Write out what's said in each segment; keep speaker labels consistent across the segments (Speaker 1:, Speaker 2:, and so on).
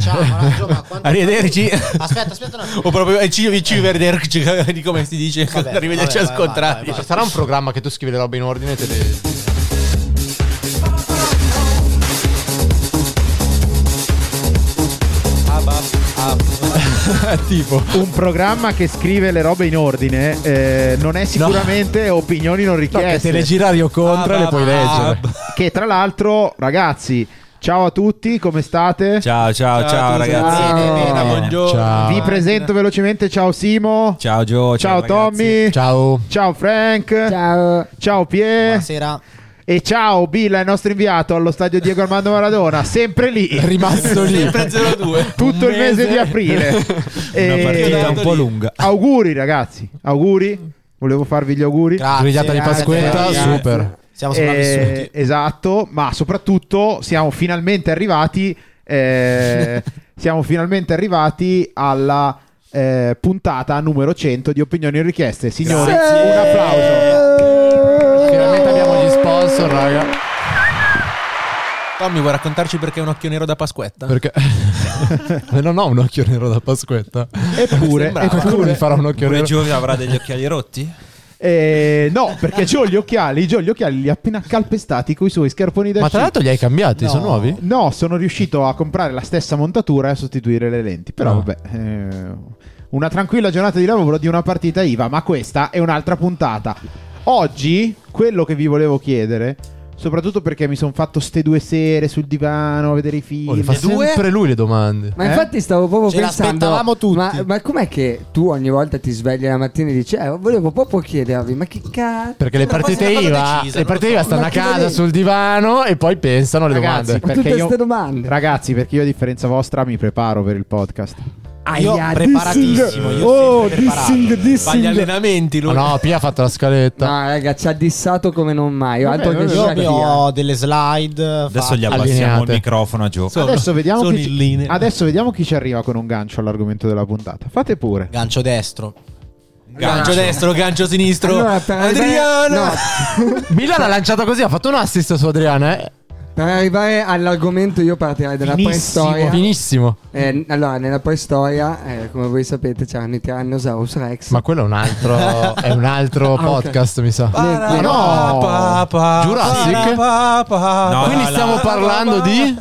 Speaker 1: ciao, ma Gio, ma quanto-
Speaker 2: Arrivederci.
Speaker 1: Aspetta, aspetta un attimo.
Speaker 2: o proprio eh, ci, ci vederci, di come si dice.
Speaker 1: Vabbè,
Speaker 2: Arrivederci
Speaker 1: vabbè,
Speaker 2: al
Speaker 1: vai,
Speaker 2: contrario.
Speaker 1: vai, vai.
Speaker 3: Sarà un programma che tu scrivi le robe in ordine e te le.
Speaker 2: tipo.
Speaker 4: Un programma che scrive le robe in ordine eh, non è sicuramente opinioni non
Speaker 5: No, che te
Speaker 4: richieste.
Speaker 5: le girari o contro
Speaker 2: Ah,
Speaker 5: e le puoi leggere.
Speaker 4: che tra l'altro, ragazzi, ciao a tutti, come state?
Speaker 2: Ciao, ciao, ciao,
Speaker 5: Ciao a tutti.
Speaker 2: ragazzi.
Speaker 4: Ciao.
Speaker 2: Bene, bene,
Speaker 3: Eh,
Speaker 2: buongiorno.
Speaker 5: Ciao.
Speaker 4: Vi presento velocemente, ciao Simo,
Speaker 2: Ciao Gio,
Speaker 4: ciao,
Speaker 2: ragazzi.
Speaker 4: Tommy,
Speaker 3: Ciao.
Speaker 4: ciao Frank, ciao, Pierre
Speaker 1: Buonasera.
Speaker 4: e ciao Billa, il nostro inviato allo stadio Diego Armando Maradona, sempre lì.
Speaker 5: Rimasto lì.
Speaker 2: Sempre 02.
Speaker 4: tutto il mese di aprile.
Speaker 5: Una
Speaker 4: E-
Speaker 5: partita un po' lunga.
Speaker 4: Auguri ragazzi, auguri. Volevo farvi gli auguri.
Speaker 1: Grazie,
Speaker 5: Grigliata di
Speaker 1: grazie,
Speaker 5: Pasquetta,
Speaker 1: eh, ragazzi.
Speaker 5: super.
Speaker 1: Siamo
Speaker 4: Eh,
Speaker 1: sopravvissuti.
Speaker 4: esatto, ma soprattutto siamo finalmente arrivati. eh, siamo finalmente arrivati alla eh, puntata numero 100 di Opinioni e Richieste. Signori, un applauso.
Speaker 3: Finalmente abbiamo gli sponsor, raga.
Speaker 2: Tommy, vuoi raccontarci perché è un occhio nero da Pasquetta?
Speaker 3: Perché. non ho un occhio nero da Pasquetta.
Speaker 4: Eppure,
Speaker 2: Sembrava.
Speaker 3: E qualcuno
Speaker 4: eppure-
Speaker 3: mi farà un occhio
Speaker 2: Pure
Speaker 3: nero.
Speaker 2: Gio avrà degli occhiali rotti?
Speaker 4: eh, no, perché Gio gli occhiali, Gio gli occhiali li ha appena calpestati con i suoi scarponi da
Speaker 3: Ma tra
Speaker 4: sci.
Speaker 3: l'altro li hai cambiati, sono nuovi?
Speaker 4: No, sono riuscito a comprare la stessa montatura e a sostituire le lenti. Però,
Speaker 3: Ah.
Speaker 4: vabbè. eh, una tranquilla giornata di lavoro di una partita IVA, ma questa è un'altra puntata. Oggi, quello che vi volevo chiedere, soprattutto perché mi sono fatto ste due sere sul divano a vedere i film.
Speaker 3: Oh, le fa
Speaker 2: Due?
Speaker 3: sempre lui le domande.
Speaker 6: Ma
Speaker 4: Eh?
Speaker 6: infatti stavo proprio
Speaker 1: Ce l'aspettavamo
Speaker 6: pensando
Speaker 1: tutti.
Speaker 6: Ma, ma com'è che tu ogni volta ti svegli la mattina e dici "Eh, volevo proprio chiedervi, ma che cazzo?"
Speaker 3: Perché le
Speaker 2: Una cosa-
Speaker 3: partite
Speaker 2: una cosa
Speaker 3: IVA,
Speaker 2: decisa,
Speaker 3: le
Speaker 2: non lo
Speaker 3: partite
Speaker 2: so.
Speaker 3: IVA stanno
Speaker 6: Ma
Speaker 3: a
Speaker 6: chi lo
Speaker 3: casa
Speaker 6: dice?
Speaker 3: sul divano e poi pensano alle
Speaker 4: Ragazzi,
Speaker 3: domande.
Speaker 6: Ma
Speaker 4: perché
Speaker 6: tutte
Speaker 4: io-
Speaker 6: ste domande.
Speaker 4: Ragazzi, perché io a differenza vostra mi preparo per il podcast.
Speaker 1: Io
Speaker 6: Aia,
Speaker 1: preparatissimo,
Speaker 6: dissing.
Speaker 1: io
Speaker 6: oh,
Speaker 1: sempre preparato.
Speaker 6: dissing,
Speaker 2: Fa gli
Speaker 6: dissing.
Speaker 2: allenamenti
Speaker 3: Ma
Speaker 2: lui.
Speaker 3: no, Pia ha fatto la scaletta.
Speaker 6: No, raga, ci ha dissato come non mai.
Speaker 4: Vabbè,
Speaker 6: Altro che
Speaker 4: vabbè,
Speaker 1: Io
Speaker 6: Shakira.
Speaker 1: vi ho delle slide.
Speaker 7: Adesso
Speaker 1: fatte.
Speaker 7: gli abbassiamo
Speaker 3: Allineate.
Speaker 7: il microfono a Gio.
Speaker 2: Sono-
Speaker 4: Adesso vediamo,
Speaker 2: sono
Speaker 4: chi
Speaker 2: in
Speaker 4: ci...
Speaker 2: linea.
Speaker 4: Adesso vediamo chi ci arriva con un gancio all'argomento della puntata. Fate pure.
Speaker 1: Gancio destro.
Speaker 2: Gancio destro, gancio sinistro.
Speaker 6: Allora, per arrivare-
Speaker 2: Adriano!
Speaker 6: no,
Speaker 3: Milan l'ha lanciata così, ha fatto un assist su Adriana. Eh?
Speaker 6: per arrivare all'argomento io partirei dalla
Speaker 3: Finissimo.
Speaker 6: preistoria.
Speaker 3: Finissimo.
Speaker 6: Eh, allora, nella preistoria, eh, come voi sapete, c'erano i Tyrannosaurus Rex.
Speaker 3: Ma quello è un altro, è un altro
Speaker 6: ok.
Speaker 3: podcast, mi sa.
Speaker 6: Niente,
Speaker 3: no.
Speaker 2: Pa, pa,
Speaker 3: Jurassic?
Speaker 2: pa, pa,
Speaker 7: No,
Speaker 2: pa,
Speaker 3: Quindi
Speaker 7: la-
Speaker 3: stiamo parlando di...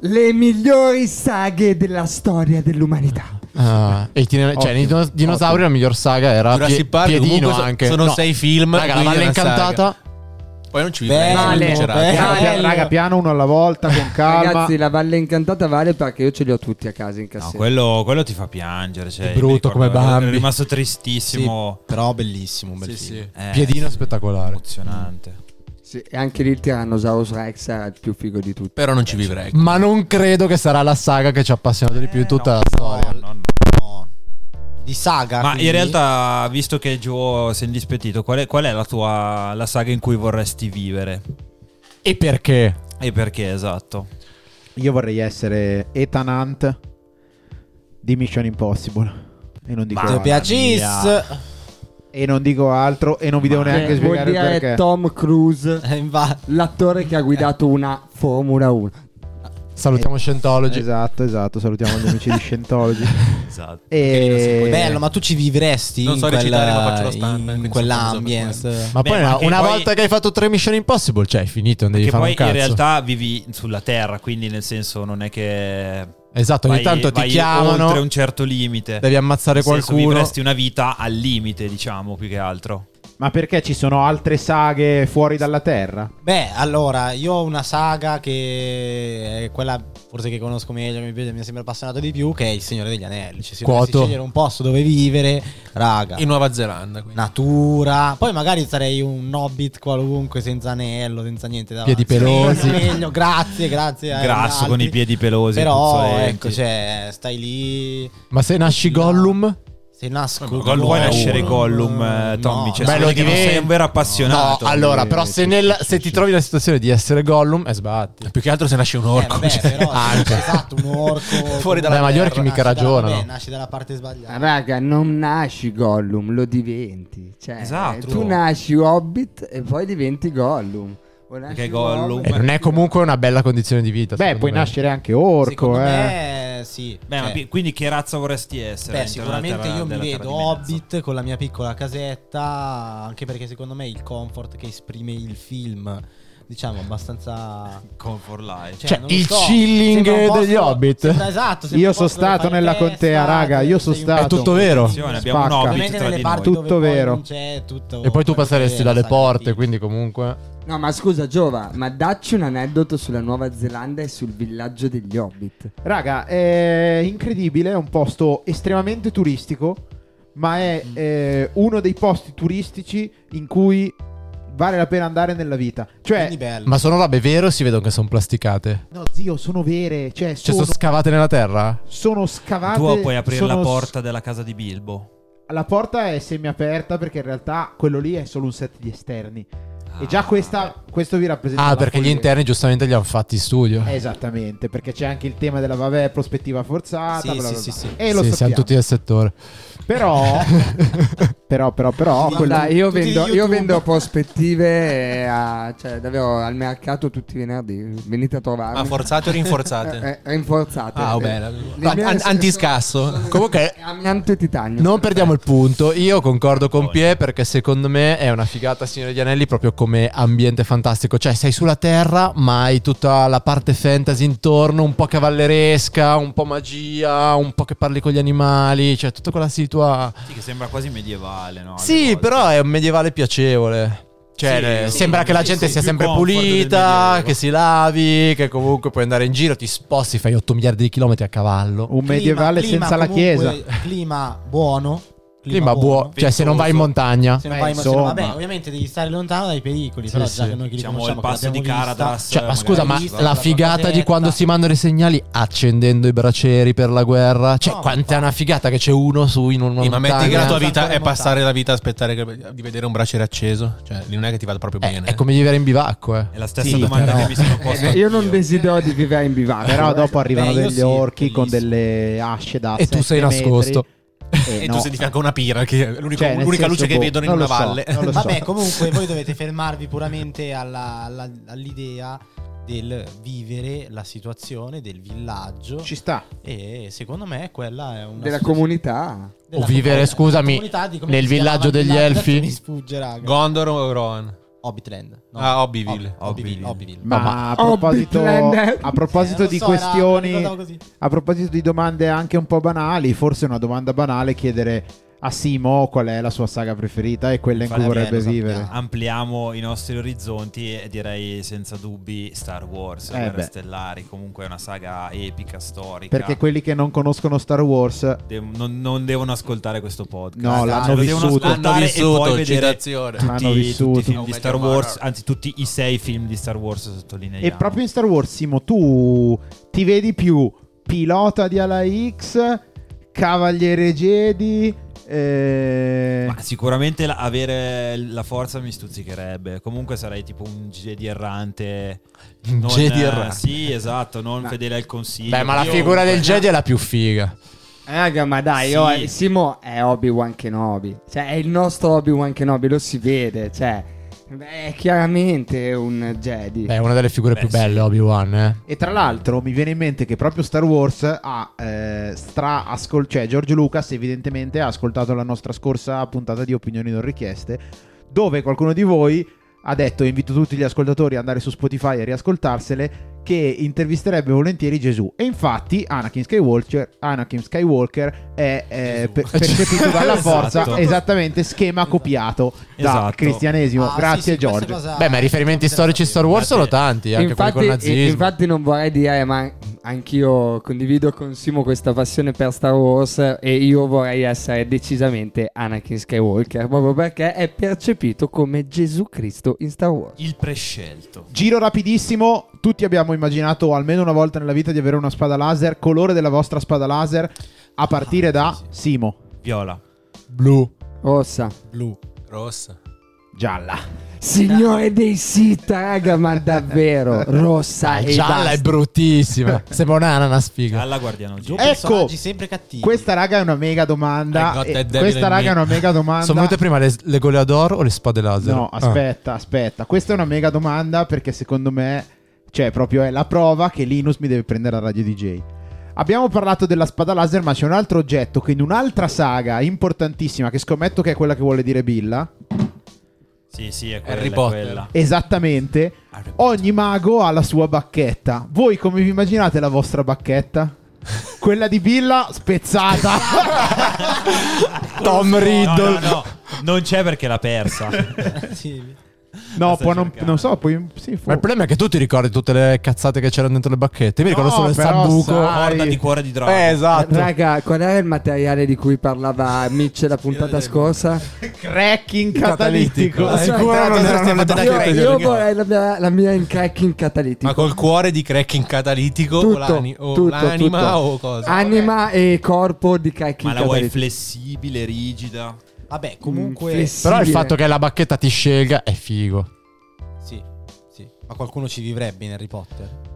Speaker 6: Le migliori saghe della storia dell'umanità.
Speaker 3: Ah, e i tine- cioè, nei dinos- dinosauri la miglior saga era
Speaker 2: Jurassic
Speaker 3: pie-
Speaker 2: Park,
Speaker 3: Piedino
Speaker 2: comunque so-
Speaker 3: anche.
Speaker 2: sono sei film,
Speaker 3: Raga, la
Speaker 2: quindi
Speaker 3: Valle
Speaker 2: è una
Speaker 3: Incantata.
Speaker 2: Poi non ci
Speaker 1: Bene,
Speaker 2: vediamo.
Speaker 1: Ale, bene.
Speaker 4: Piano,
Speaker 1: Eh,
Speaker 4: piano-
Speaker 1: eh,
Speaker 4: raga, piano uno alla volta, con calma.
Speaker 6: Ragazzi, la Valle Incantata vale perché io ce li ho tutti a casa in
Speaker 7: No,
Speaker 6: cassetta.
Speaker 7: quello, quello ti fa piangere. Cioè,
Speaker 3: È brutto
Speaker 7: mi ricordo,
Speaker 3: come Bambi.
Speaker 7: È rimasto
Speaker 1: Sì,
Speaker 7: tristissimo.
Speaker 1: però bellissimo, un bel film.
Speaker 7: Eh,
Speaker 3: Piedino spettacolare.
Speaker 7: Emozionante.
Speaker 6: Sì, e anche lì il Tyrannosaurus Rex era il più figo di tutti.
Speaker 2: Però non ci vivrei.
Speaker 3: Ma non credo che sarà la saga che ci ha appassionato di più in tutta la storia.
Speaker 7: Eh, No, no, no.
Speaker 1: No. Di saga.
Speaker 7: Ma
Speaker 1: Ah, quindi?
Speaker 7: in realtà, visto che Gio sei indispettito, qual è, qual è la tua la saga in cui vorresti vivere?
Speaker 3: E perché?
Speaker 7: E perché, esatto?
Speaker 4: Io vorrei essere Ethan Hunt di Mission Impossible. E non dico,
Speaker 1: Ti
Speaker 4: altro.
Speaker 1: piacesse.
Speaker 4: E non dico altro e non vi devo neanche
Speaker 6: Eh, vuol
Speaker 4: spiegare il
Speaker 6: dire
Speaker 4: perché.
Speaker 6: Tom Cruise,
Speaker 1: Eh, infatti.
Speaker 6: l'attore che ha guidato una Formula 1.
Speaker 3: Salutiamo Scientology.
Speaker 4: Esatto, esatto, salutiamo gli amici di Scientology.
Speaker 7: Esatto.
Speaker 4: E...
Speaker 1: Bello, ma tu ci vivresti
Speaker 2: Non
Speaker 1: in,
Speaker 2: so
Speaker 1: quel,
Speaker 2: recitare, ma faccio lo stunt,
Speaker 1: in,
Speaker 2: quindi sono
Speaker 1: quell'ambience.
Speaker 3: Ma
Speaker 7: Beh,
Speaker 3: poi
Speaker 7: ma
Speaker 3: una,
Speaker 7: che
Speaker 3: una
Speaker 7: poi-
Speaker 3: volta che hai fatto tre Mission Impossible, cioè è finito, non devi
Speaker 7: Che
Speaker 3: fare
Speaker 7: poi
Speaker 3: un
Speaker 7: in
Speaker 3: cazzo.
Speaker 7: realtà vivi sulla Terra, quindi nel senso non è che.
Speaker 3: esatto, ogni
Speaker 7: vai-
Speaker 3: tanto ti
Speaker 7: vai
Speaker 3: chiamano,
Speaker 7: oltre un certo limite.
Speaker 3: devi ammazzare
Speaker 7: Nel senso,
Speaker 3: qualcuno.
Speaker 7: vivresti una vita al limite, diciamo, più che altro.
Speaker 4: Ma perché ci sono altre saghe fuori dalla Terra?
Speaker 1: Beh, allora, io ho una saga che è quella forse che conosco meglio, mi, piace- mi è sempre appassionato di più, che è Il Signore degli Anelli. Cioè, se
Speaker 3: Quoto.
Speaker 1: dovessi scegliere un posto dove vivere, raga,
Speaker 2: In Nuova Zelanda. quindi.
Speaker 1: natura. Poi magari sarei un hobbit qualunque, senza anello, senza niente. davanti.
Speaker 3: Piedi pelosi.
Speaker 1: Meglio, meglio, grazie, grazie. agli
Speaker 7: Eh, Grasso con
Speaker 1: altri.
Speaker 7: i piedi pelosi.
Speaker 1: Però,
Speaker 7: puzzolenti.
Speaker 1: ecco, cioè, stai lì...
Speaker 3: Ma se nasci
Speaker 1: No.
Speaker 3: Gollum?
Speaker 1: Se nasco
Speaker 2: Ma
Speaker 1: Gollum,
Speaker 7: Vuoi nascere
Speaker 1: no,
Speaker 7: Gollum, eh, Tommy?
Speaker 1: no,
Speaker 7: Cioè,
Speaker 1: no.
Speaker 3: Beh, lo
Speaker 7: solo che non
Speaker 3: diventi.
Speaker 7: sei un vero
Speaker 3: No,
Speaker 7: appassionato.
Speaker 3: allora, però se, nel- se ti trovi nella situazione di essere Gollum, eh, sbatti.
Speaker 2: Più che altro se nasce un
Speaker 1: Eh,
Speaker 2: orco.
Speaker 1: vabbè,
Speaker 2: cioè.
Speaker 1: però,
Speaker 3: Ah,
Speaker 1: se-
Speaker 3: ok.
Speaker 1: esatto, un orco.
Speaker 2: Fuori
Speaker 3: dalla Beh, ma gli orchi terra. mica
Speaker 1: Nasci dalla-
Speaker 3: ragionano.
Speaker 1: beh, nasci dalla parte sbagliata.
Speaker 6: Raga, non nasci Gollum, lo diventi. Cioè,
Speaker 7: Esatto.
Speaker 6: Tu nasci Hobbit e poi diventi Gollum. O nasci
Speaker 7: Perché Gollum-
Speaker 3: Eh, non è comunque una bella condizione di vita.
Speaker 4: Beh,
Speaker 3: secondo
Speaker 4: puoi
Speaker 3: me.
Speaker 4: nascere anche orco,
Speaker 1: Secondo
Speaker 4: eh.
Speaker 1: me, sì.
Speaker 7: Beh,
Speaker 1: cioè,
Speaker 7: ma pi- quindi che razza vorresti
Speaker 3: Cioè,
Speaker 7: essere?
Speaker 1: beh,
Speaker 7: all'interno
Speaker 1: sicuramente
Speaker 7: della terra-
Speaker 1: io mi
Speaker 7: della terra
Speaker 1: vedo
Speaker 7: di mezzo?
Speaker 1: Hobbit con la mia piccola casetta, anche perché secondo me il comfort che esprime il film, diciamo, abbastanza...
Speaker 7: Comfort life.
Speaker 3: Cioè,
Speaker 1: non lo
Speaker 3: il chilling
Speaker 1: sembra un
Speaker 3: degli Hobbit.
Speaker 1: sembra- esatto. sembra
Speaker 4: Io
Speaker 1: un
Speaker 4: sono
Speaker 1: posto dove
Speaker 4: stato
Speaker 1: fai
Speaker 4: nella
Speaker 1: testa,
Speaker 4: contea, raga, io sono
Speaker 1: sei un-
Speaker 4: stato.
Speaker 3: È tutto vero.
Speaker 7: Attenzione, abbiamo un
Speaker 4: Spacca.
Speaker 7: Hobbit
Speaker 1: Ovviamente
Speaker 7: tra
Speaker 1: nelle
Speaker 7: di
Speaker 1: parti
Speaker 7: noi.
Speaker 4: Tutto
Speaker 1: dove poi
Speaker 4: vero.
Speaker 1: non c'è tutto
Speaker 3: E poi tu passeresti dalle
Speaker 1: la saga
Speaker 3: porte,
Speaker 1: di-
Speaker 3: quindi comunque...
Speaker 6: No, ma scusa, Giova, ma dacci un aneddoto sulla Nuova Zelanda e sul villaggio degli Hobbit.
Speaker 4: Raga, è incredibile, è un posto estremamente turistico, ma è
Speaker 1: Mm.
Speaker 4: eh, uno dei posti turistici in cui vale la pena andare nella vita. Cioè,
Speaker 1: Quindi bello.
Speaker 3: Ma sono robe vere o si vedono che sono plasticate?
Speaker 4: no zio, sono vere,
Speaker 3: Cioè,
Speaker 4: cioè, sono,
Speaker 3: sono scavate nella terra?
Speaker 4: sono scavate.
Speaker 7: Tu puoi aprire
Speaker 4: sono
Speaker 7: la
Speaker 4: s-
Speaker 7: porta della casa di Bilbo.
Speaker 4: La porta è semiaperta perché in realtà quello lì è solo un set di esterni. e già questa, questo vi rappresenta.
Speaker 3: Ah,
Speaker 4: la
Speaker 3: perché gli
Speaker 4: follia.
Speaker 3: interni giustamente li hanno fatti in studio.
Speaker 1: Eh,
Speaker 4: Esattamente, perché c'è anche il tema della vabbè, prospettiva forzata.
Speaker 1: Sì,
Speaker 4: bla, bla,
Speaker 1: sì,
Speaker 4: bla.
Speaker 1: sì, sì.
Speaker 4: E lo
Speaker 3: sì,
Speaker 4: sappiamo.
Speaker 3: siamo tutti del settore.
Speaker 4: Però, però, però, però,
Speaker 1: Sì,
Speaker 4: quella-
Speaker 6: Guarda, io
Speaker 1: tutti di
Speaker 6: vendo, io
Speaker 1: YouTube.
Speaker 6: vendo prospettive eh, a- cioè, davvero al mercato tutti i venerdì. Venite a trovarmi.
Speaker 2: Ah, forzate o rinforzate?
Speaker 6: Eh, eh, rinforzate.
Speaker 2: Ah,
Speaker 6: Eh,
Speaker 2: vabbè,
Speaker 6: le
Speaker 2: la-
Speaker 6: mie
Speaker 2: an-
Speaker 6: sono-
Speaker 2: antiscasso.
Speaker 6: sono-
Speaker 3: Comunque-
Speaker 6: Amianto e titanio.
Speaker 3: Non perdiamo il punto. Io concordo con
Speaker 2: Poi.
Speaker 3: Pie perché secondo me è una figata Signore degli Anelli proprio come ambiente fantastico. Cioè, sei sulla Terra, ma hai tutta la parte fantasy intorno, un po' cavalleresca, un po' magia, un po' che parli con gli animali, cioè tutta quella situa.
Speaker 7: Sì, che sembra quasi medievale, no? Alle
Speaker 3: Sì,
Speaker 7: volte.
Speaker 3: però è un medievale piacevole. Cioè,
Speaker 7: Sì, sì,
Speaker 3: sembra che la
Speaker 7: sì,
Speaker 3: gente
Speaker 7: sì,
Speaker 3: sia
Speaker 7: più
Speaker 3: sempre
Speaker 7: comfort del
Speaker 3: pulita,
Speaker 7: Medioevo.
Speaker 3: che si lavi, che comunque puoi andare in giro, ti sposti, fai 8 miliardi di chilometri a cavallo.
Speaker 4: un medievale
Speaker 1: Clima-
Speaker 4: senza la
Speaker 1: clima
Speaker 4: chiesa.
Speaker 1: comunque, Clima buono.
Speaker 3: Clima buono, cioè se non vai in montagna.
Speaker 1: Se non
Speaker 4: Beh,
Speaker 1: vai in montagna,
Speaker 4: insomma.
Speaker 1: vabbè, ovviamente devi stare lontano dai pericoli.
Speaker 3: Sì,
Speaker 1: però
Speaker 3: sì.
Speaker 1: già che noi che li
Speaker 7: Diciamo il
Speaker 1: conosciamo, che
Speaker 7: passo di
Speaker 1: l'abbiamo vista-
Speaker 7: Caradas.
Speaker 3: Cioè,
Speaker 7: Eh,
Speaker 3: ma
Speaker 7: magari
Speaker 3: scusa, ma
Speaker 7: ci va.
Speaker 3: la figata di quando si mandano i segnali accendendo i braceri per la guerra? Cioè,
Speaker 1: No,
Speaker 3: quanta
Speaker 1: infatti.
Speaker 3: è una figata che c'è uno su in una
Speaker 2: Sì, ma metti che la
Speaker 3: montagna.
Speaker 2: tua vita è
Speaker 1: Montagna.
Speaker 2: passare la vita a aspettare che- di vedere un bracere acceso. Cioè, lì non è che ti vada proprio
Speaker 3: Eh,
Speaker 2: bene.
Speaker 3: È come vivere in bivacco, eh.
Speaker 7: È la stessa
Speaker 4: Sì,
Speaker 7: domanda
Speaker 4: però-
Speaker 7: che mi sono
Speaker 6: Eh,
Speaker 7: posto.
Speaker 6: io
Speaker 7: anch'io.
Speaker 6: non desidero di vivere in bivacco.
Speaker 4: Però
Speaker 6: eh.
Speaker 4: dopo arrivano
Speaker 1: Beh, io
Speaker 4: degli
Speaker 1: sì,
Speaker 4: orchi con
Speaker 1: bellissimo.
Speaker 4: delle asce da
Speaker 3: E tu
Speaker 4: sette
Speaker 3: sei
Speaker 4: metri.
Speaker 3: nascosto.
Speaker 4: Eh,
Speaker 2: E
Speaker 4: no.
Speaker 2: tu sei di fianco a una pira, che è l'unico-
Speaker 4: Cioè, nel
Speaker 2: l'unica
Speaker 4: senso,
Speaker 2: luce che
Speaker 4: boh,
Speaker 2: vedono in
Speaker 4: non
Speaker 2: una
Speaker 4: lo so,
Speaker 2: valle.
Speaker 4: non lo so.
Speaker 1: Vabbè, comunque voi dovete fermarvi puramente alla- alla- all'idea del vivere la situazione del villaggio.
Speaker 4: Ci sta.
Speaker 1: E secondo me quella è una
Speaker 6: Della
Speaker 1: scusa-
Speaker 6: comunità.
Speaker 1: della
Speaker 3: O vivere,
Speaker 1: comunità-
Speaker 3: scusami,
Speaker 1: comunità di come
Speaker 3: nel
Speaker 1: si chiamava
Speaker 3: villaggio
Speaker 1: il
Speaker 3: degli
Speaker 1: villaggio, adesso
Speaker 3: elfi?
Speaker 1: Mi sfugge, raga.
Speaker 2: Gondor o Rohan?
Speaker 1: Hobbitland. no.
Speaker 2: Ah, Hobbitville.
Speaker 1: Hobbi- Hobbitville. Hobbitville.
Speaker 4: Ma,
Speaker 3: ma-
Speaker 4: a proposito,
Speaker 6: Hobbitland.
Speaker 4: a proposito
Speaker 1: Eh, non
Speaker 4: di
Speaker 1: so, era-
Speaker 4: questioni,
Speaker 1: ricordavo così.
Speaker 4: a proposito di domande anche un po' banali, forse è una domanda banale chiedere a Simo qual è la sua saga preferita e quella in cui
Speaker 7: Infatti,
Speaker 1: eh,
Speaker 4: vorrebbe
Speaker 1: lo sappiamo.
Speaker 4: vivere.
Speaker 7: Ampliamo i nostri orizzonti e direi senza dubbi Star Wars,
Speaker 4: Eh,
Speaker 7: Guerre
Speaker 4: beh.
Speaker 7: Stellari, comunque è una saga epica, storica.
Speaker 4: Perché quelli che non conoscono Star Wars
Speaker 7: De- non, non devono ascoltare questo podcast.
Speaker 4: No,
Speaker 7: Esatto,
Speaker 4: l'hanno
Speaker 7: lo devono
Speaker 4: vissuto.
Speaker 7: ascoltare
Speaker 2: L'hanno
Speaker 7: e poi
Speaker 2: vissuto,
Speaker 7: vedere
Speaker 2: citazione.
Speaker 7: tutti,
Speaker 4: L'hanno vissuto.
Speaker 7: tutti i film
Speaker 2: Oh,
Speaker 7: di
Speaker 2: my
Speaker 7: Star
Speaker 2: God.
Speaker 7: Wars, anzi tutti i sei film di Star Wars sottolineiamo.
Speaker 4: E proprio in Star Wars, Simo, tu ti vedi più pilota di ala X, cavaliere Jedi. eh,
Speaker 7: Ma sicuramente la- avere la forza mi stuzzicherebbe. Comunque sarei tipo un Jedi errante.
Speaker 3: Un
Speaker 7: non-
Speaker 3: Jedi
Speaker 7: eh,
Speaker 3: errante.
Speaker 7: Sì, esatto, non
Speaker 6: Ma-
Speaker 7: fedele al consiglio.
Speaker 3: Beh, ma la
Speaker 7: Io-
Speaker 3: figura del
Speaker 7: no,
Speaker 3: Jedi è la più figa.
Speaker 6: Raga, ma dai,
Speaker 7: Sì.
Speaker 6: oh, Simo è Obi-Wan Kenobi. Cioè, è il nostro Obi-Wan Kenobi, lo si vede. Cioè, è chiaramente un Jedi.
Speaker 3: Beh, è una delle figure
Speaker 7: Beh,
Speaker 3: più
Speaker 7: sì.
Speaker 3: belle, Obi-Wan, eh.
Speaker 4: E tra l'altro mi viene in mente che proprio Star Wars ha eh, stra ascol- cioè George Lucas evidentemente ha ascoltato la nostra scorsa puntata di opinioni non richieste, dove qualcuno di voi ha detto, invito tutti gli ascoltatori ad andare su Spotify e riascoltarsele, che intervisterebbe volentieri Gesù. E infatti Anakin Skywalker, Anakin Skywalker è eh,
Speaker 2: Gesù.
Speaker 4: per- percepito dalla
Speaker 7: Esatto.
Speaker 4: forza, esattamente schema copiato da
Speaker 7: Esatto.
Speaker 4: cristianesimo.
Speaker 1: Ah, sì,
Speaker 4: Grazie
Speaker 1: sì, questa
Speaker 4: Giorgio.
Speaker 1: cosa-
Speaker 3: Beh, ma i riferimenti storici Star Wars sono tanti, anche quelli
Speaker 6: infatti,
Speaker 3: col
Speaker 4: eh,
Speaker 3: nazismo.
Speaker 6: infatti non vorrei dire, ma anch'io condivido con Simo questa passione per Star Wars e io vorrei essere decisamente Anakin Skywalker, proprio perché è percepito come Gesù Cristo in Star Wars.
Speaker 7: Il prescelto.
Speaker 4: Giro rapidissimo, tutti abbiamo immaginato almeno una volta nella vita di avere una spada laser, colore della vostra spada laser, a partire da Simo,
Speaker 7: Viola.
Speaker 3: Blu.
Speaker 6: Rossa.
Speaker 2: Blu. Rossa.
Speaker 4: gialla.
Speaker 6: Signore dei Sita, raga, ma davvero,
Speaker 4: Ah,
Speaker 6: rossa e
Speaker 3: Gialla è
Speaker 6: basta.
Speaker 3: bruttissima. Sembra un'anana sfiga.
Speaker 7: Alla Guardiano G.
Speaker 1: Giù
Speaker 4: Ecco,
Speaker 1: personaggi sempre cattivi.
Speaker 4: Questa raga è una mega
Speaker 2: I
Speaker 4: domanda.
Speaker 2: got
Speaker 4: e
Speaker 2: that devil
Speaker 4: eh, Questa
Speaker 2: in
Speaker 4: raga è
Speaker 2: me.
Speaker 4: una mega domanda.
Speaker 3: Sono venute prima le, le goleador o le spade laser?
Speaker 4: No,
Speaker 3: Ah.
Speaker 4: aspetta, aspetta. Questa è una mega domanda perché secondo me, cioè, proprio è la prova che Linus mi deve prendere a Radio DJ. Abbiamo parlato della spada laser, ma c'è un altro oggetto che in un'altra saga importantissima, che scommetto che è quella che vuole dire Billa,
Speaker 7: Sì, sì, è quella.
Speaker 2: Harry
Speaker 7: è
Speaker 2: Potter.
Speaker 7: quella.
Speaker 4: esattamente, ogni mago ha la sua bacchetta. Voi come vi immaginate la vostra bacchetta? Quella di Billa spezzata.
Speaker 3: Tom
Speaker 7: No,
Speaker 3: Riddle.
Speaker 7: No, no, no, non c'è perché l'ha persa.
Speaker 1: Sì.
Speaker 4: no,
Speaker 7: sto
Speaker 4: può non,
Speaker 7: cercando.
Speaker 4: non so, poi... Sì, fu-
Speaker 3: Ma il problema è che tu ti ricordi tutte le cazzate che c'erano dentro le bacchette. Io Mi ricordo
Speaker 4: No,
Speaker 3: solo il
Speaker 4: però
Speaker 3: sambuco.
Speaker 4: sai-
Speaker 7: Corda di cuore di drago.
Speaker 3: Eh, esatto.
Speaker 6: Raga, qual era il materiale di cui parlava Mitch la puntata scorsa?
Speaker 4: cracking catalitico.
Speaker 2: Catalitico.
Speaker 4: Aspetta,
Speaker 2: Sicuro non
Speaker 4: aspetta,
Speaker 2: erano
Speaker 4: aspetta,
Speaker 2: le
Speaker 4: io-
Speaker 6: Io,
Speaker 2: Dai,
Speaker 6: io
Speaker 2: perché-
Speaker 6: vorrei la mia, la mia in cracking catalitico.
Speaker 2: Ma col cuore di cracking catalitico
Speaker 6: Tutto,
Speaker 2: o, l'ani- o
Speaker 6: tutto,
Speaker 2: l'anima
Speaker 6: tutto.
Speaker 2: o cosa?
Speaker 6: Anima e corpo di cracking
Speaker 7: Ma la vuoi
Speaker 6: catalitico.
Speaker 7: flessibile, rigida?
Speaker 1: Vabbè,
Speaker 6: Mm,
Speaker 1: comunque.
Speaker 6: flessibile.
Speaker 3: Però il fatto che la bacchetta ti scelga è figo.
Speaker 1: Sì, sì. Ma qualcuno ci vivrebbe in Harry Potter?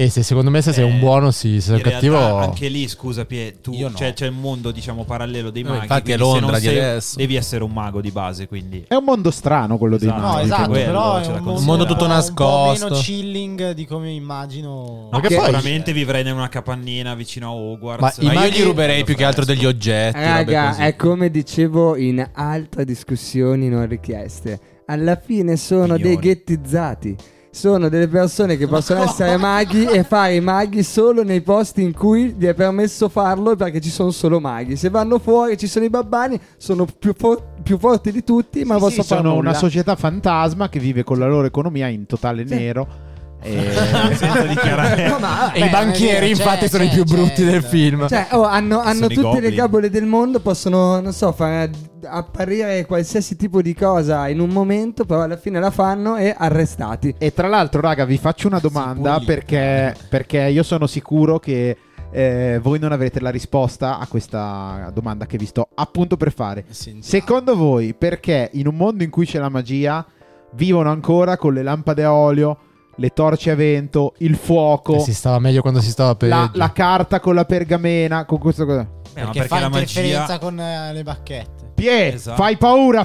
Speaker 3: E se secondo me se sei
Speaker 7: Eh,
Speaker 3: un buono sì, se sei
Speaker 7: In
Speaker 3: un cattivo...
Speaker 7: realtà, anche lì, scusa, Pie, tu,
Speaker 1: Io no.
Speaker 7: c'è, c'è il mondo, diciamo, parallelo dei
Speaker 2: Eh,
Speaker 7: maghi.
Speaker 2: infatti è
Speaker 7: quindi se non
Speaker 2: Londra di
Speaker 7: sei-
Speaker 2: adesso.
Speaker 7: Devi essere un mago di base, quindi.
Speaker 4: È un mondo strano quello
Speaker 7: Esatto.
Speaker 4: dei
Speaker 1: No,
Speaker 4: magi.
Speaker 1: esatto,
Speaker 7: quello,
Speaker 1: però
Speaker 7: ce
Speaker 1: è
Speaker 7: la
Speaker 1: un mondo,
Speaker 7: considero.
Speaker 2: Un mondo tutto nascosto.
Speaker 1: Un po' meno chilling di come immagino.
Speaker 7: No,
Speaker 3: Ma che poi-
Speaker 7: sicuramente vivrei in una capannina vicino a Hogwarts.
Speaker 3: Ma i
Speaker 2: Ma io
Speaker 3: maghi-
Speaker 2: gli ruberei più che altro degli oggetti. robe
Speaker 6: Raga,
Speaker 2: così.
Speaker 6: è
Speaker 4: ecco.
Speaker 6: come dicevo in altre discussioni non richieste. Alla fine sono
Speaker 7: Milioni.
Speaker 6: dei ghettizzati. Sono delle persone che possono essere maghi e fare i maghi solo nei posti in cui gli è permesso farlo perché ci sono solo maghi. Se vanno fuori ci sono i babbani, sono più, for- più forti di tutti, ma
Speaker 4: Sì,
Speaker 6: possono
Speaker 4: sì,
Speaker 6: fare
Speaker 4: sono
Speaker 6: nulla.
Speaker 4: una società fantasma che vive con la loro economia in totale nero. E...
Speaker 7: Senza dichiarare.
Speaker 6: No, ma-
Speaker 3: E i banchieri
Speaker 4: certo,
Speaker 3: infatti sono i più brutti del film.
Speaker 6: Cioè, oh, hanno, hanno
Speaker 7: i
Speaker 6: tutte le
Speaker 7: goblin.
Speaker 6: gabole del mondo, possono, non so, far apparire qualsiasi tipo di cosa in un momento, però alla fine la fanno e arrestati.
Speaker 4: E tra l'altro, raga, vi faccio una domanda
Speaker 1: può lì.
Speaker 4: perché, perché io sono sicuro che eh, voi non avrete la risposta a questa domanda che vi sto appunto per fare.
Speaker 1: Eh,
Speaker 4: Secondo voi, perché in un mondo in cui c'è la magia vivono ancora con le lampade a olio, le torce a vento, il
Speaker 3: Eh,
Speaker 4: fuoco,
Speaker 3: Si stava meglio quando si stava peggio.
Speaker 4: la, la carta con la pergamena, con questo cosa?
Speaker 7: Eh, ma
Speaker 1: perché, fa
Speaker 7: la
Speaker 1: interferenza
Speaker 7: magia.
Speaker 1: con eh, le bacchette.
Speaker 4: Pie,
Speaker 7: Esatto.
Speaker 4: fai paura,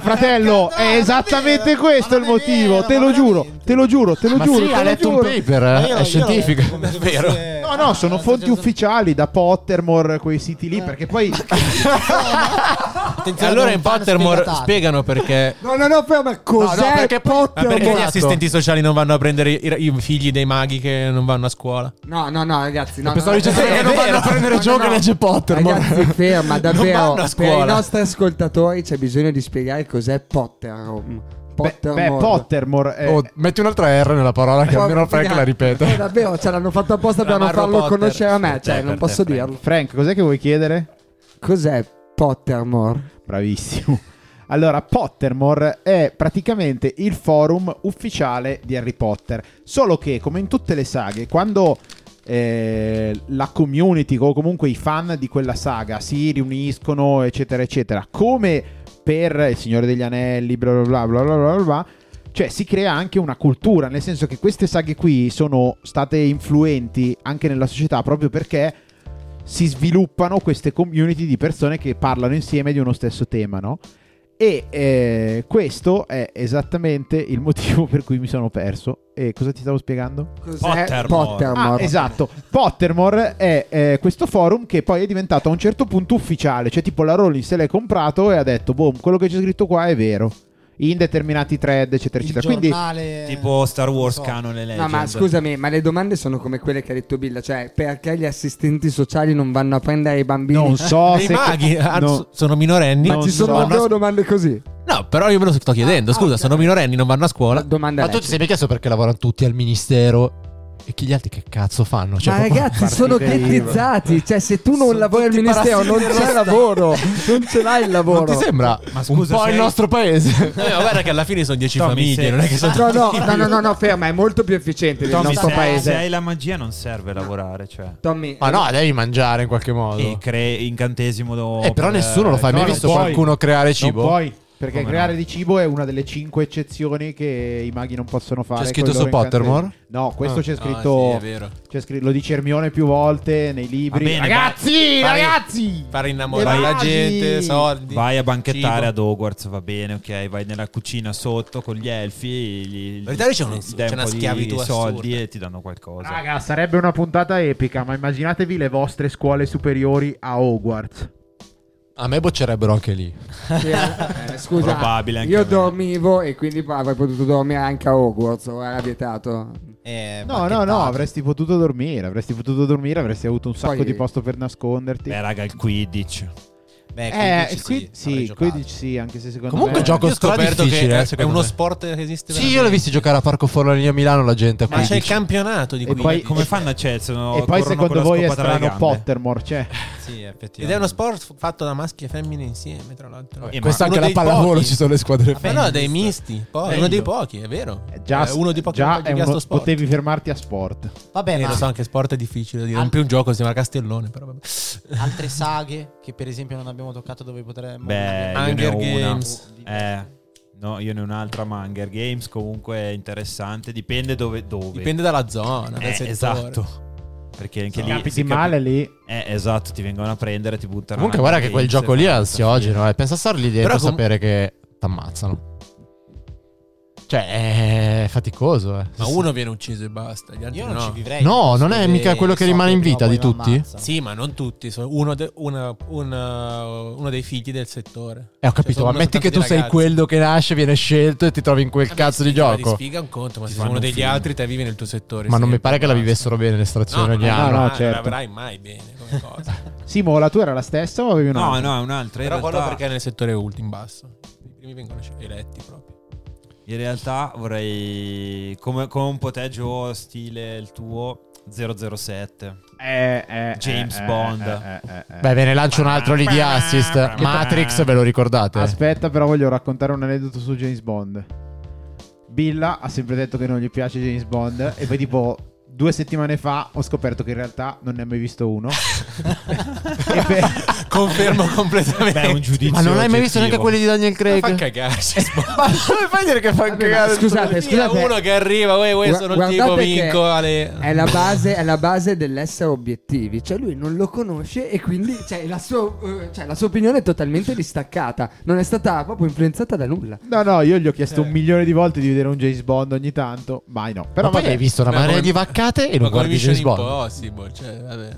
Speaker 1: Eh, no,
Speaker 4: fratello. è
Speaker 1: non è
Speaker 4: esattamente
Speaker 1: vero,
Speaker 4: questo
Speaker 1: ma
Speaker 4: il
Speaker 1: non è
Speaker 4: motivo.
Speaker 1: vero,
Speaker 4: te lo
Speaker 1: ma
Speaker 4: giuro,
Speaker 1: veramente.
Speaker 4: te lo giuro, te lo
Speaker 3: Ma
Speaker 4: giuro.
Speaker 3: sì,
Speaker 4: te
Speaker 3: ha
Speaker 4: lo
Speaker 3: letto un
Speaker 4: giuro.
Speaker 3: paper,
Speaker 1: Ma io-
Speaker 3: eh,
Speaker 1: io
Speaker 3: è
Speaker 1: l'ho
Speaker 3: scientifico.
Speaker 1: letto come se fosse-
Speaker 4: No, no, sono
Speaker 1: Ah,
Speaker 4: fonti
Speaker 1: certo.
Speaker 4: ufficiali da Pottermore, quei siti lì, perché poi
Speaker 1: Attenzione,
Speaker 2: Allora
Speaker 1: non
Speaker 2: in
Speaker 1: fare
Speaker 2: Pottermore
Speaker 1: spiegatate.
Speaker 2: spiegano perché...
Speaker 6: No, no, no, ferma, cos'è
Speaker 3: No, no, perché poi-
Speaker 2: Ma perché
Speaker 3: Esatto.
Speaker 2: gli assistenti sociali non vanno a prendere i, i figli dei maghi che non vanno a scuola?
Speaker 6: No, no, no, ragazzi, no.
Speaker 3: Pensavo
Speaker 6: no,
Speaker 3: dicesse
Speaker 6: no,
Speaker 3: che
Speaker 6: no,
Speaker 3: non
Speaker 6: no,
Speaker 3: vanno
Speaker 6: no,
Speaker 3: a prendere
Speaker 6: no,
Speaker 3: gioco
Speaker 6: no,
Speaker 3: che
Speaker 6: no.
Speaker 3: legge Potter.
Speaker 6: Ragazzi, ferma, davvero.
Speaker 2: vanno a
Speaker 6: Per i
Speaker 2: scuola.
Speaker 6: nostri ascoltatori c'è bisogno di spiegare cos'è Potterhome.
Speaker 4: beh,
Speaker 6: Pottermore.
Speaker 4: beh, Pottermore eh, è
Speaker 3: Oh, metti un'altra R nella parola che almeno Frank la ripete.
Speaker 6: Eh, davvero, ce l'hanno fatto apposta per non
Speaker 2: Ramarro
Speaker 6: farlo
Speaker 2: Potter.
Speaker 6: conoscere a me, cioè,
Speaker 7: Dai,
Speaker 6: non
Speaker 7: per
Speaker 6: posso
Speaker 7: te, Frank.
Speaker 6: dirlo.
Speaker 4: Frank, cos'è che vuoi chiedere?
Speaker 6: Cos'è Pottermore?
Speaker 4: Bravissimo. Allora, Pottermore è praticamente il forum ufficiale di Harry Potter. Solo che, come in tutte le saghe, quando eh, la community o comunque i fan di quella saga si riuniscono, eccetera, eccetera, come per Il Signore degli Anelli, bla bla bla bla bla bla, bla cioè si crea anche una cultura, nel senso che queste saghe qui sono state influenti anche nella società proprio perché si sviluppano queste community di persone che parlano insieme di uno stesso tema, no? E eh, questo è esattamente il motivo per cui mi sono perso. E cosa ti stavo spiegando?
Speaker 6: Cos'è
Speaker 7: Pottermore.
Speaker 4: Ah,
Speaker 6: Pottermore?
Speaker 4: esatto. Pottermore è eh, questo forum che poi è diventato a un certo punto ufficiale. Cioè, tipo, la Rolling se l'è comprato e ha detto, boh, quello che c'è scritto qua è vero. In determinati thread, eccetera,
Speaker 1: Il
Speaker 4: eccetera. Quindi,
Speaker 1: giornale-
Speaker 7: Tipo Star Wars
Speaker 1: non so.
Speaker 7: Canon e Eh, Legend.
Speaker 6: No, ma scusami, ma le domande sono come quelle che ha detto Billa, cioè perché gli assistenti sociali non vanno a prendere i bambini?
Speaker 4: non so
Speaker 2: I
Speaker 4: se.
Speaker 2: maghi ah,
Speaker 4: no.
Speaker 2: so- sono minorenni?
Speaker 6: ma
Speaker 4: non
Speaker 6: ci sono
Speaker 4: so.
Speaker 6: davvero domande così.
Speaker 2: No, però io me lo sto chiedendo.
Speaker 6: Ah,
Speaker 2: Scusa,
Speaker 6: ok.
Speaker 2: sono minorenni, non vanno a scuola.
Speaker 6: Domanda
Speaker 3: Ma tu ti sei mica chiesto perché lavorano tutti al ministero? E chi gli altri che cazzo fanno? Cioè,
Speaker 6: ma
Speaker 3: proprio-
Speaker 6: ragazzi, sono
Speaker 4: Partite IVA.
Speaker 6: ghettizzati. Cioè, se tu non lavori al ministero, non c'è lavoro. Non ce l'hai il lavoro.
Speaker 3: non ti sembra
Speaker 7: Ma scusa,
Speaker 3: un po'
Speaker 7: sei-
Speaker 3: il nostro paese?
Speaker 2: Eh, ma guarda che alla fine sono 10
Speaker 7: Tommy,
Speaker 2: famiglie,
Speaker 7: se-
Speaker 2: non è che sono...
Speaker 6: No, no, no, no, no, no, ferma, è molto più efficiente del
Speaker 7: Tommy,
Speaker 6: nostro
Speaker 7: se,
Speaker 6: paese.
Speaker 7: se hai la magia non serve lavorare, cioè.
Speaker 6: Tommy,
Speaker 3: Ma no, devi mangiare in qualche modo.
Speaker 7: E crei incantesimo. do-
Speaker 3: Eh, però
Speaker 7: per-
Speaker 3: nessuno lo fa. Hai mai
Speaker 4: no,
Speaker 3: visto
Speaker 4: non puoi.
Speaker 3: qualcuno creare
Speaker 4: Non
Speaker 3: cibo?
Speaker 4: puoi, Perché
Speaker 7: Come
Speaker 4: creare
Speaker 7: no?
Speaker 4: di cibo è una delle cinque eccezioni che i maghi non possono fare.
Speaker 3: C'è scritto
Speaker 4: con i
Speaker 3: su
Speaker 4: loro incantesimi.
Speaker 3: Pottermore?
Speaker 4: No, questo
Speaker 3: Ah.
Speaker 4: c'è
Speaker 2: Ah,
Speaker 4: scritto.
Speaker 2: sì, è vero.
Speaker 4: c'è scritto- lo dice Hermione più volte nei libri.
Speaker 7: Va bene,
Speaker 4: ragazzi,
Speaker 2: vai.
Speaker 4: ragazzi!
Speaker 2: Fare innamorare la
Speaker 4: Evasi!
Speaker 2: gente, soldi.
Speaker 7: Vai a banchettare
Speaker 2: cibo.
Speaker 7: ad Hogwarts, va bene, ok. Vai nella cucina sotto con gli elfi. Gli,
Speaker 2: In realtà lì c'è un-
Speaker 7: gli
Speaker 2: c'è
Speaker 7: dai un
Speaker 2: una
Speaker 7: po' di
Speaker 2: schiavitù
Speaker 7: soldi
Speaker 2: assurda.
Speaker 7: e ti danno qualcosa.
Speaker 4: Raga, sarebbe una puntata epica, ma immaginatevi le vostre scuole superiori a Hogwarts.
Speaker 3: A me boccerebbero anche lì.
Speaker 6: Sì, eh, scusa,
Speaker 7: Probabile anche a
Speaker 6: io
Speaker 7: me.
Speaker 6: dormivo e quindi avrei potuto dormire anche a Hogwarts, ora era vietato.
Speaker 1: Eh,
Speaker 4: No, no, no, avresti potuto dormire, avresti potuto dormire, avresti avuto un sacco
Speaker 6: Poi-
Speaker 4: di posto per nasconderti.
Speaker 7: Beh, raga, il Quidditch.
Speaker 1: Beh,
Speaker 4: eh,
Speaker 1: Quidditch
Speaker 4: qui-
Speaker 1: avrei
Speaker 4: sì,
Speaker 1: giocato.
Speaker 4: Quidditch sì, anche se secondo
Speaker 3: Comunque
Speaker 4: me...
Speaker 3: gioco
Speaker 2: Io ho scoperto
Speaker 3: difficile,
Speaker 2: che
Speaker 3: eh,
Speaker 2: è- è
Speaker 3: secondo
Speaker 2: uno
Speaker 3: me.
Speaker 2: sport che esiste
Speaker 3: Sì, io l'ho visti giocare a Parco Forlanini a Milano la gente.
Speaker 2: Ma c'è il
Speaker 3: Quidditch.
Speaker 2: campionato di
Speaker 4: E
Speaker 2: Quidditch.
Speaker 4: poi-
Speaker 7: Come fanno a Chelsea? No,
Speaker 4: E poi
Speaker 7: corrono con
Speaker 4: secondo
Speaker 7: la
Speaker 4: voi è
Speaker 7: scopa tra le
Speaker 4: strano
Speaker 7: gambe.
Speaker 4: Pottermore, cioè, c'è?
Speaker 1: Sì, effettivamente.
Speaker 2: Ed è uno sport fatto da maschi e femmine insieme, tra l'altro.
Speaker 7: Eh, ma-
Speaker 3: Questa anche
Speaker 2: Uno
Speaker 3: la
Speaker 2: dei
Speaker 3: pallavolo
Speaker 2: pochi.
Speaker 3: ci sono le squadre.
Speaker 2: Ma no, dei misti. Poi, è uno dei
Speaker 1: Bello.
Speaker 2: pochi, è vero.
Speaker 4: Eh, Già,
Speaker 2: È uno dei pochi
Speaker 4: già
Speaker 2: che
Speaker 4: è
Speaker 2: gioca
Speaker 4: uno-
Speaker 2: sto sport.
Speaker 4: potevi fermarti a sport.
Speaker 1: Vabbè,
Speaker 2: Eh,
Speaker 1: ma
Speaker 2: lo so, anche sport è difficile. Dire.
Speaker 1: Al-
Speaker 2: Non più un gioco, si chiama Castellone. Però vabbè.
Speaker 1: altre saghe che per esempio non abbiamo toccato dove potremmo...
Speaker 7: Beh,
Speaker 2: Hunger
Speaker 7: io ne ho
Speaker 2: Games.
Speaker 7: Una. Eh, no, io ne ho un'altra, ma Hunger Games comunque è interessante. Dipende dove. dove.
Speaker 2: Dipende dalla zona, dal
Speaker 7: Eh,
Speaker 2: settore.
Speaker 7: esatto. Perché anche lì.
Speaker 4: Capiti
Speaker 7: si capi-
Speaker 4: male lì.
Speaker 7: Eh, esatto, ti vengono a prendere, ti buttano.
Speaker 3: Comunque,
Speaker 7: alla
Speaker 3: guarda che quel
Speaker 7: Games,
Speaker 3: gioco lì è
Speaker 7: basta.
Speaker 3: ansiogeno. Eh. Pensa a star lì dentro
Speaker 2: Però
Speaker 3: a
Speaker 2: com-
Speaker 3: sapere che t'ammazzano. Cioè, è faticoso. Eh.
Speaker 2: Ma uno viene ucciso e basta. Gli altri
Speaker 1: Io non
Speaker 2: no.
Speaker 1: ci vivrei.
Speaker 3: No, non è
Speaker 1: Perché
Speaker 3: mica quello che
Speaker 1: so
Speaker 3: rimane in
Speaker 1: prima o
Speaker 3: vita di
Speaker 1: poi mi
Speaker 3: tutti?
Speaker 1: ammazza.
Speaker 2: Sì, ma non tutti. Sono uno, de- una- una- uno dei figli del settore.
Speaker 3: Eh, ho capito,
Speaker 2: Cioè, sono
Speaker 3: ma metti
Speaker 2: una
Speaker 3: che tu
Speaker 2: soltanto
Speaker 3: sei
Speaker 2: di ragazzi.
Speaker 3: quello che nasce, viene scelto e ti trovi in quel
Speaker 2: Vabbè,
Speaker 3: cazzo
Speaker 2: sì,
Speaker 3: di
Speaker 2: ma
Speaker 3: gioco.
Speaker 2: sfiga è un conto, ma
Speaker 7: Ti
Speaker 2: se
Speaker 7: fanno
Speaker 2: sono uno
Speaker 7: un
Speaker 2: degli
Speaker 7: film.
Speaker 2: altri, te vivi nel tuo settore.
Speaker 3: Ma non mi
Speaker 2: sempre,
Speaker 3: pare che la
Speaker 2: basta.
Speaker 3: vivessero bene le
Speaker 2: No,
Speaker 3: stazioni
Speaker 2: no,
Speaker 3: ogni
Speaker 2: no,
Speaker 3: anno.
Speaker 4: no,
Speaker 2: non
Speaker 4: certo.
Speaker 2: la avrai mai bene come cosa.
Speaker 4: Simo, la tua era la stessa o avevi una?
Speaker 7: No, no, è un'altra. In
Speaker 2: Però quello
Speaker 7: realtà,
Speaker 2: perché è nel settore ultimo, in basso. I primi vengono scel- eletti proprio.
Speaker 7: in realtà vorrei. Come, come un poteggio stile il tuo 007.
Speaker 4: Eh, eh,
Speaker 7: James
Speaker 4: eh, eh,
Speaker 7: Bond.
Speaker 4: eh, eh, eh, eh.
Speaker 3: Beh, ve ne lancio un altro lì di assist. Matrix, ve lo ricordate?
Speaker 4: Aspetta, però voglio raccontare un aneddoto su James Bond. Billa ha sempre detto che non gli piace James Bond e poi tipo due settimane fa ho scoperto che in realtà non ne ha mai visto uno. e per...
Speaker 2: Confermo completamente.
Speaker 7: Beh, è un giudizio.
Speaker 3: ma non hai mai visto neanche quelli di Daniel
Speaker 2: Ma
Speaker 3: Craig?
Speaker 2: fa cagarsi.
Speaker 3: Ma come fai a dire che fa
Speaker 6: Vabbè, ma scusate,
Speaker 2: Scusate, uno
Speaker 6: scusate.
Speaker 2: che arriva, uè, uè,
Speaker 6: Gua-
Speaker 2: sono il
Speaker 6: guardate
Speaker 2: tipo
Speaker 6: che
Speaker 2: vinco alle...
Speaker 6: È la, base, è la base dell'essere obiettivi, cioè lui non lo conosce e quindi cioè, la, sua, eh, cioè, la sua opinione è totalmente distaccata, non è stata proprio influenzata da nulla.
Speaker 4: No, no, io gli ho chiesto
Speaker 7: Eh.
Speaker 4: un milione di volte di vedere un James Bond ogni tanto, mai no. Però
Speaker 3: Però poi
Speaker 4: vabbè,
Speaker 3: hai visto una
Speaker 2: Ma
Speaker 3: marea
Speaker 2: come-
Speaker 3: di vaccate e
Speaker 2: Ma
Speaker 3: non
Speaker 2: come
Speaker 3: guardi
Speaker 2: Mission
Speaker 3: James Bond.
Speaker 2: Impossible, cioè, vabbè.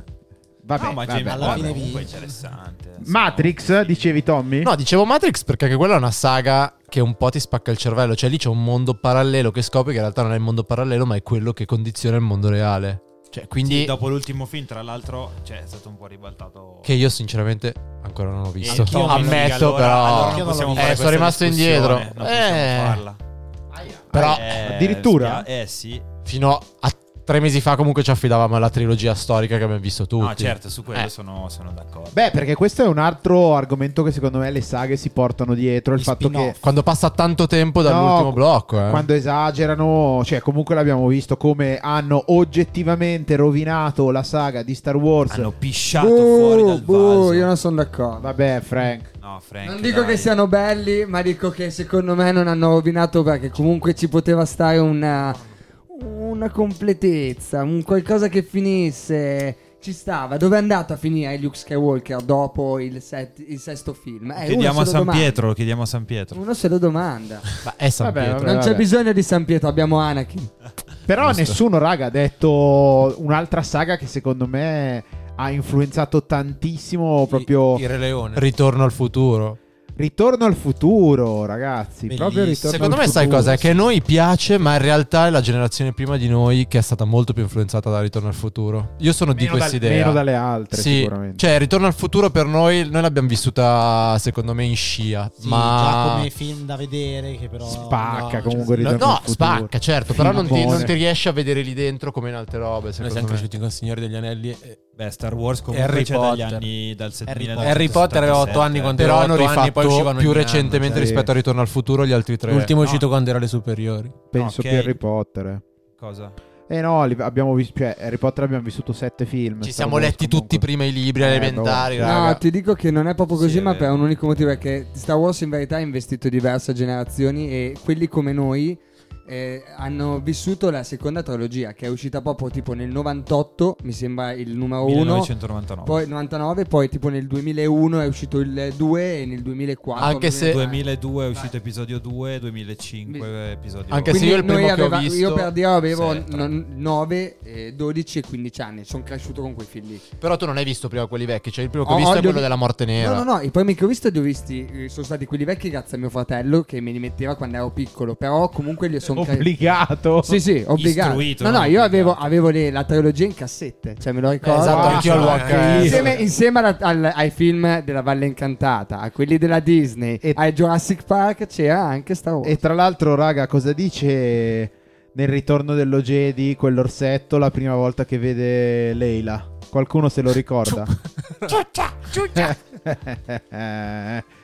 Speaker 4: vabbè,
Speaker 7: no, ma
Speaker 4: vabbè.
Speaker 7: James
Speaker 1: alla
Speaker 7: Bond
Speaker 1: fine
Speaker 7: comunque è
Speaker 1: vince.
Speaker 7: interessante. insomma.
Speaker 4: Matrix, dicevi Tommy?
Speaker 3: No, dicevo Matrix perché anche quella è una saga che un po' ti spacca il cervello. Cioè, lì c'è un mondo parallelo che scopri che in realtà non è il mondo parallelo, ma è quello che condiziona il mondo reale. Cioè, quindi.
Speaker 7: Sì, dopo l'ultimo film, tra l'altro, cioè, è stato un po' ribaltato.
Speaker 3: Che io, sinceramente, ancora non ho visto.
Speaker 1: Anch'io non lo
Speaker 3: Ammetto,
Speaker 7: Allora-
Speaker 3: però.
Speaker 7: allora
Speaker 1: Anch'io
Speaker 7: non
Speaker 1: non
Speaker 7: possiamo
Speaker 1: lo
Speaker 3: vi-
Speaker 7: fare
Speaker 3: Eh, sono
Speaker 7: questa
Speaker 3: rimasto
Speaker 7: discussione,
Speaker 3: indietro.
Speaker 7: Non possiamo
Speaker 3: Eh.
Speaker 7: farla.
Speaker 3: però
Speaker 7: Eh,
Speaker 4: addirittura?
Speaker 7: spia- eh sì.
Speaker 3: fino a tre mesi fa, comunque, ci affidavamo alla trilogia storica che abbiamo visto tutti.
Speaker 7: No, certo, su quello
Speaker 3: Eh.
Speaker 7: sono, sono d'accordo.
Speaker 4: Beh, perché questo è un altro argomento che secondo me le saghe si portano dietro. Il
Speaker 1: Gli
Speaker 4: fatto che
Speaker 1: spin-off.
Speaker 3: Quando passa tanto tempo dall'ultimo
Speaker 4: No,
Speaker 3: blocco, eh.
Speaker 4: quando esagerano, cioè comunque l'abbiamo visto come hanno oggettivamente rovinato la saga di Star Wars.
Speaker 7: Hanno pisciato
Speaker 6: Boh,
Speaker 7: fuori dal
Speaker 6: boh,
Speaker 7: vaso.
Speaker 6: io non sono d'accordo.
Speaker 4: Vabbè, Frank.
Speaker 7: No, Frank,
Speaker 6: Non dico
Speaker 7: dai.
Speaker 6: che siano belli, ma dico che secondo me non hanno rovinato perché comunque ci poteva stare una, una completezza, un qualcosa che finisse. Ci stava. Dove è andato a finire eh, Luke Skywalker dopo il, set- il sesto film? Eh,
Speaker 7: Chiediamo
Speaker 6: uno
Speaker 7: a
Speaker 6: se lo
Speaker 7: San
Speaker 6: domanda.
Speaker 7: Pietro, chiediamo a San Pietro.
Speaker 6: Uno se lo domanda.
Speaker 3: Ma è San
Speaker 4: Vabbè,
Speaker 3: Pietro.
Speaker 4: vabbè.
Speaker 6: Non c'è bisogno di San Pietro, abbiamo Anakin.
Speaker 4: Però nessuno, raga, ha detto un'altra saga che secondo me ha influenzato tantissimo proprio
Speaker 2: Il, il Re Leone.
Speaker 3: Ritorno al futuro.
Speaker 4: Ritorno al futuro, ragazzi. Proprio
Speaker 1: Bellissimo.
Speaker 4: ritorno
Speaker 3: Secondo
Speaker 4: al
Speaker 3: me, sai
Speaker 4: futuro.
Speaker 3: cosa? È che a noi piace, ma in realtà è la generazione prima di noi che è stata molto più influenzata da Ritorno al futuro. Io sono di
Speaker 4: Meno dal-
Speaker 3: quest'idea.
Speaker 4: Meno dalle altre,
Speaker 3: Sì,
Speaker 4: sicuramente.
Speaker 3: cioè Ritorno al futuro per noi, noi l'abbiamo vissuta secondo me in scia,
Speaker 1: Sì,
Speaker 3: ma
Speaker 1: già come film da vedere che però...
Speaker 4: Spacca
Speaker 1: no,
Speaker 4: comunque
Speaker 1: cioè,
Speaker 3: No,
Speaker 4: Ritorno al
Speaker 3: no,
Speaker 4: futuro.
Speaker 3: spacca, certo, però non ti,
Speaker 4: Filmone.
Speaker 3: non ti riesci a vedere lì dentro come in altre robe,
Speaker 2: Noi
Speaker 3: secondo
Speaker 2: siamo
Speaker 3: me.
Speaker 2: cresciuti con Signore degli Anelli. eh, e-
Speaker 7: Beh, Star Wars comunque
Speaker 2: Harry
Speaker 7: c'è dagli
Speaker 2: Potter.
Speaker 7: anni dal
Speaker 1: Harry
Speaker 7: 7000
Speaker 1: Potter.
Speaker 2: Harry Potter aveva otto
Speaker 7: eh.
Speaker 2: anni quando
Speaker 3: Però
Speaker 2: ero
Speaker 3: hanno
Speaker 2: otto anni, poi
Speaker 3: rifatto
Speaker 2: uscivano
Speaker 3: più
Speaker 2: ogni anno,
Speaker 3: recentemente
Speaker 2: cioè.
Speaker 4: sì.
Speaker 3: rispetto a Ritorno al futuro gli altri tre.
Speaker 2: L'ultimo è uscito
Speaker 7: No.
Speaker 3: Cioè,
Speaker 2: quando ero alle superiori.
Speaker 4: Penso
Speaker 7: Ok.
Speaker 4: che Harry Potter. eh.
Speaker 7: Cosa?
Speaker 4: Eh no, li- abbiamo visto, cioè Harry Potter abbiamo vissuto sette film.
Speaker 3: Ci
Speaker 4: Star
Speaker 3: siamo
Speaker 4: Wars
Speaker 3: letti
Speaker 4: comunque.
Speaker 3: tutti prima i libri
Speaker 4: Eh,
Speaker 3: elementari,
Speaker 4: bravo.
Speaker 3: raga.
Speaker 6: No, ti dico che non è proprio
Speaker 7: Sì,
Speaker 6: così,
Speaker 7: è
Speaker 6: ma
Speaker 7: vero.
Speaker 6: per un unico motivo è che Star Wars in verità ha investito diverse generazioni e quelli come noi eh, hanno vissuto la seconda trilogia che è uscita proprio tipo nel 98, mi sembra il numero 1.
Speaker 7: 1999.
Speaker 6: Poi 99, poi tipo nel 2001 è uscito il 2 e nel eh, 2004
Speaker 3: Anche se-
Speaker 7: 2002 è uscito episodio 2, 2005 episodio
Speaker 3: Anche se
Speaker 6: Quindi
Speaker 3: io il primo
Speaker 6: noi
Speaker 3: che ho
Speaker 6: aveva-
Speaker 3: visto-
Speaker 6: Io per dire avevo
Speaker 7: Sì, tra-
Speaker 6: 9, 12 e 15 anni. Sono cresciuto con quei film lì.
Speaker 3: Però tu non hai visto prima quelli vecchi, cioè il primo che
Speaker 2: Oh,
Speaker 6: Ho-
Speaker 3: ho visto
Speaker 6: ho-
Speaker 3: è quello
Speaker 6: li-
Speaker 3: della morte nera.
Speaker 6: No, no, no, i primi che ho visto li ho visti, eh, sono stati quelli vecchi grazie a mio fratello che me li metteva quando ero piccolo, però comunque li sono cre-
Speaker 4: Obbligato.
Speaker 6: Sì, sì, obbligato.
Speaker 7: Istruito,
Speaker 6: no, no,
Speaker 7: non
Speaker 6: io avevo,
Speaker 7: obbligato.
Speaker 6: avevo le- la trilogia in cassette, cioè me lo ricordo.
Speaker 3: Esatto,
Speaker 4: Ah,
Speaker 3: anch'io al
Speaker 2: eh,
Speaker 4: ok.
Speaker 3: walk.
Speaker 6: Insieme, insieme alla- al- ai film della Valle Incantata, a quelli della Disney,
Speaker 4: E-
Speaker 6: ai Jurassic Park c'era anche Star Wars.
Speaker 4: E tra l'altro, raga, cosa dice nel ritorno dello Jedi quell'orsetto la prima volta che vede Leila? Qualcuno se lo ricorda?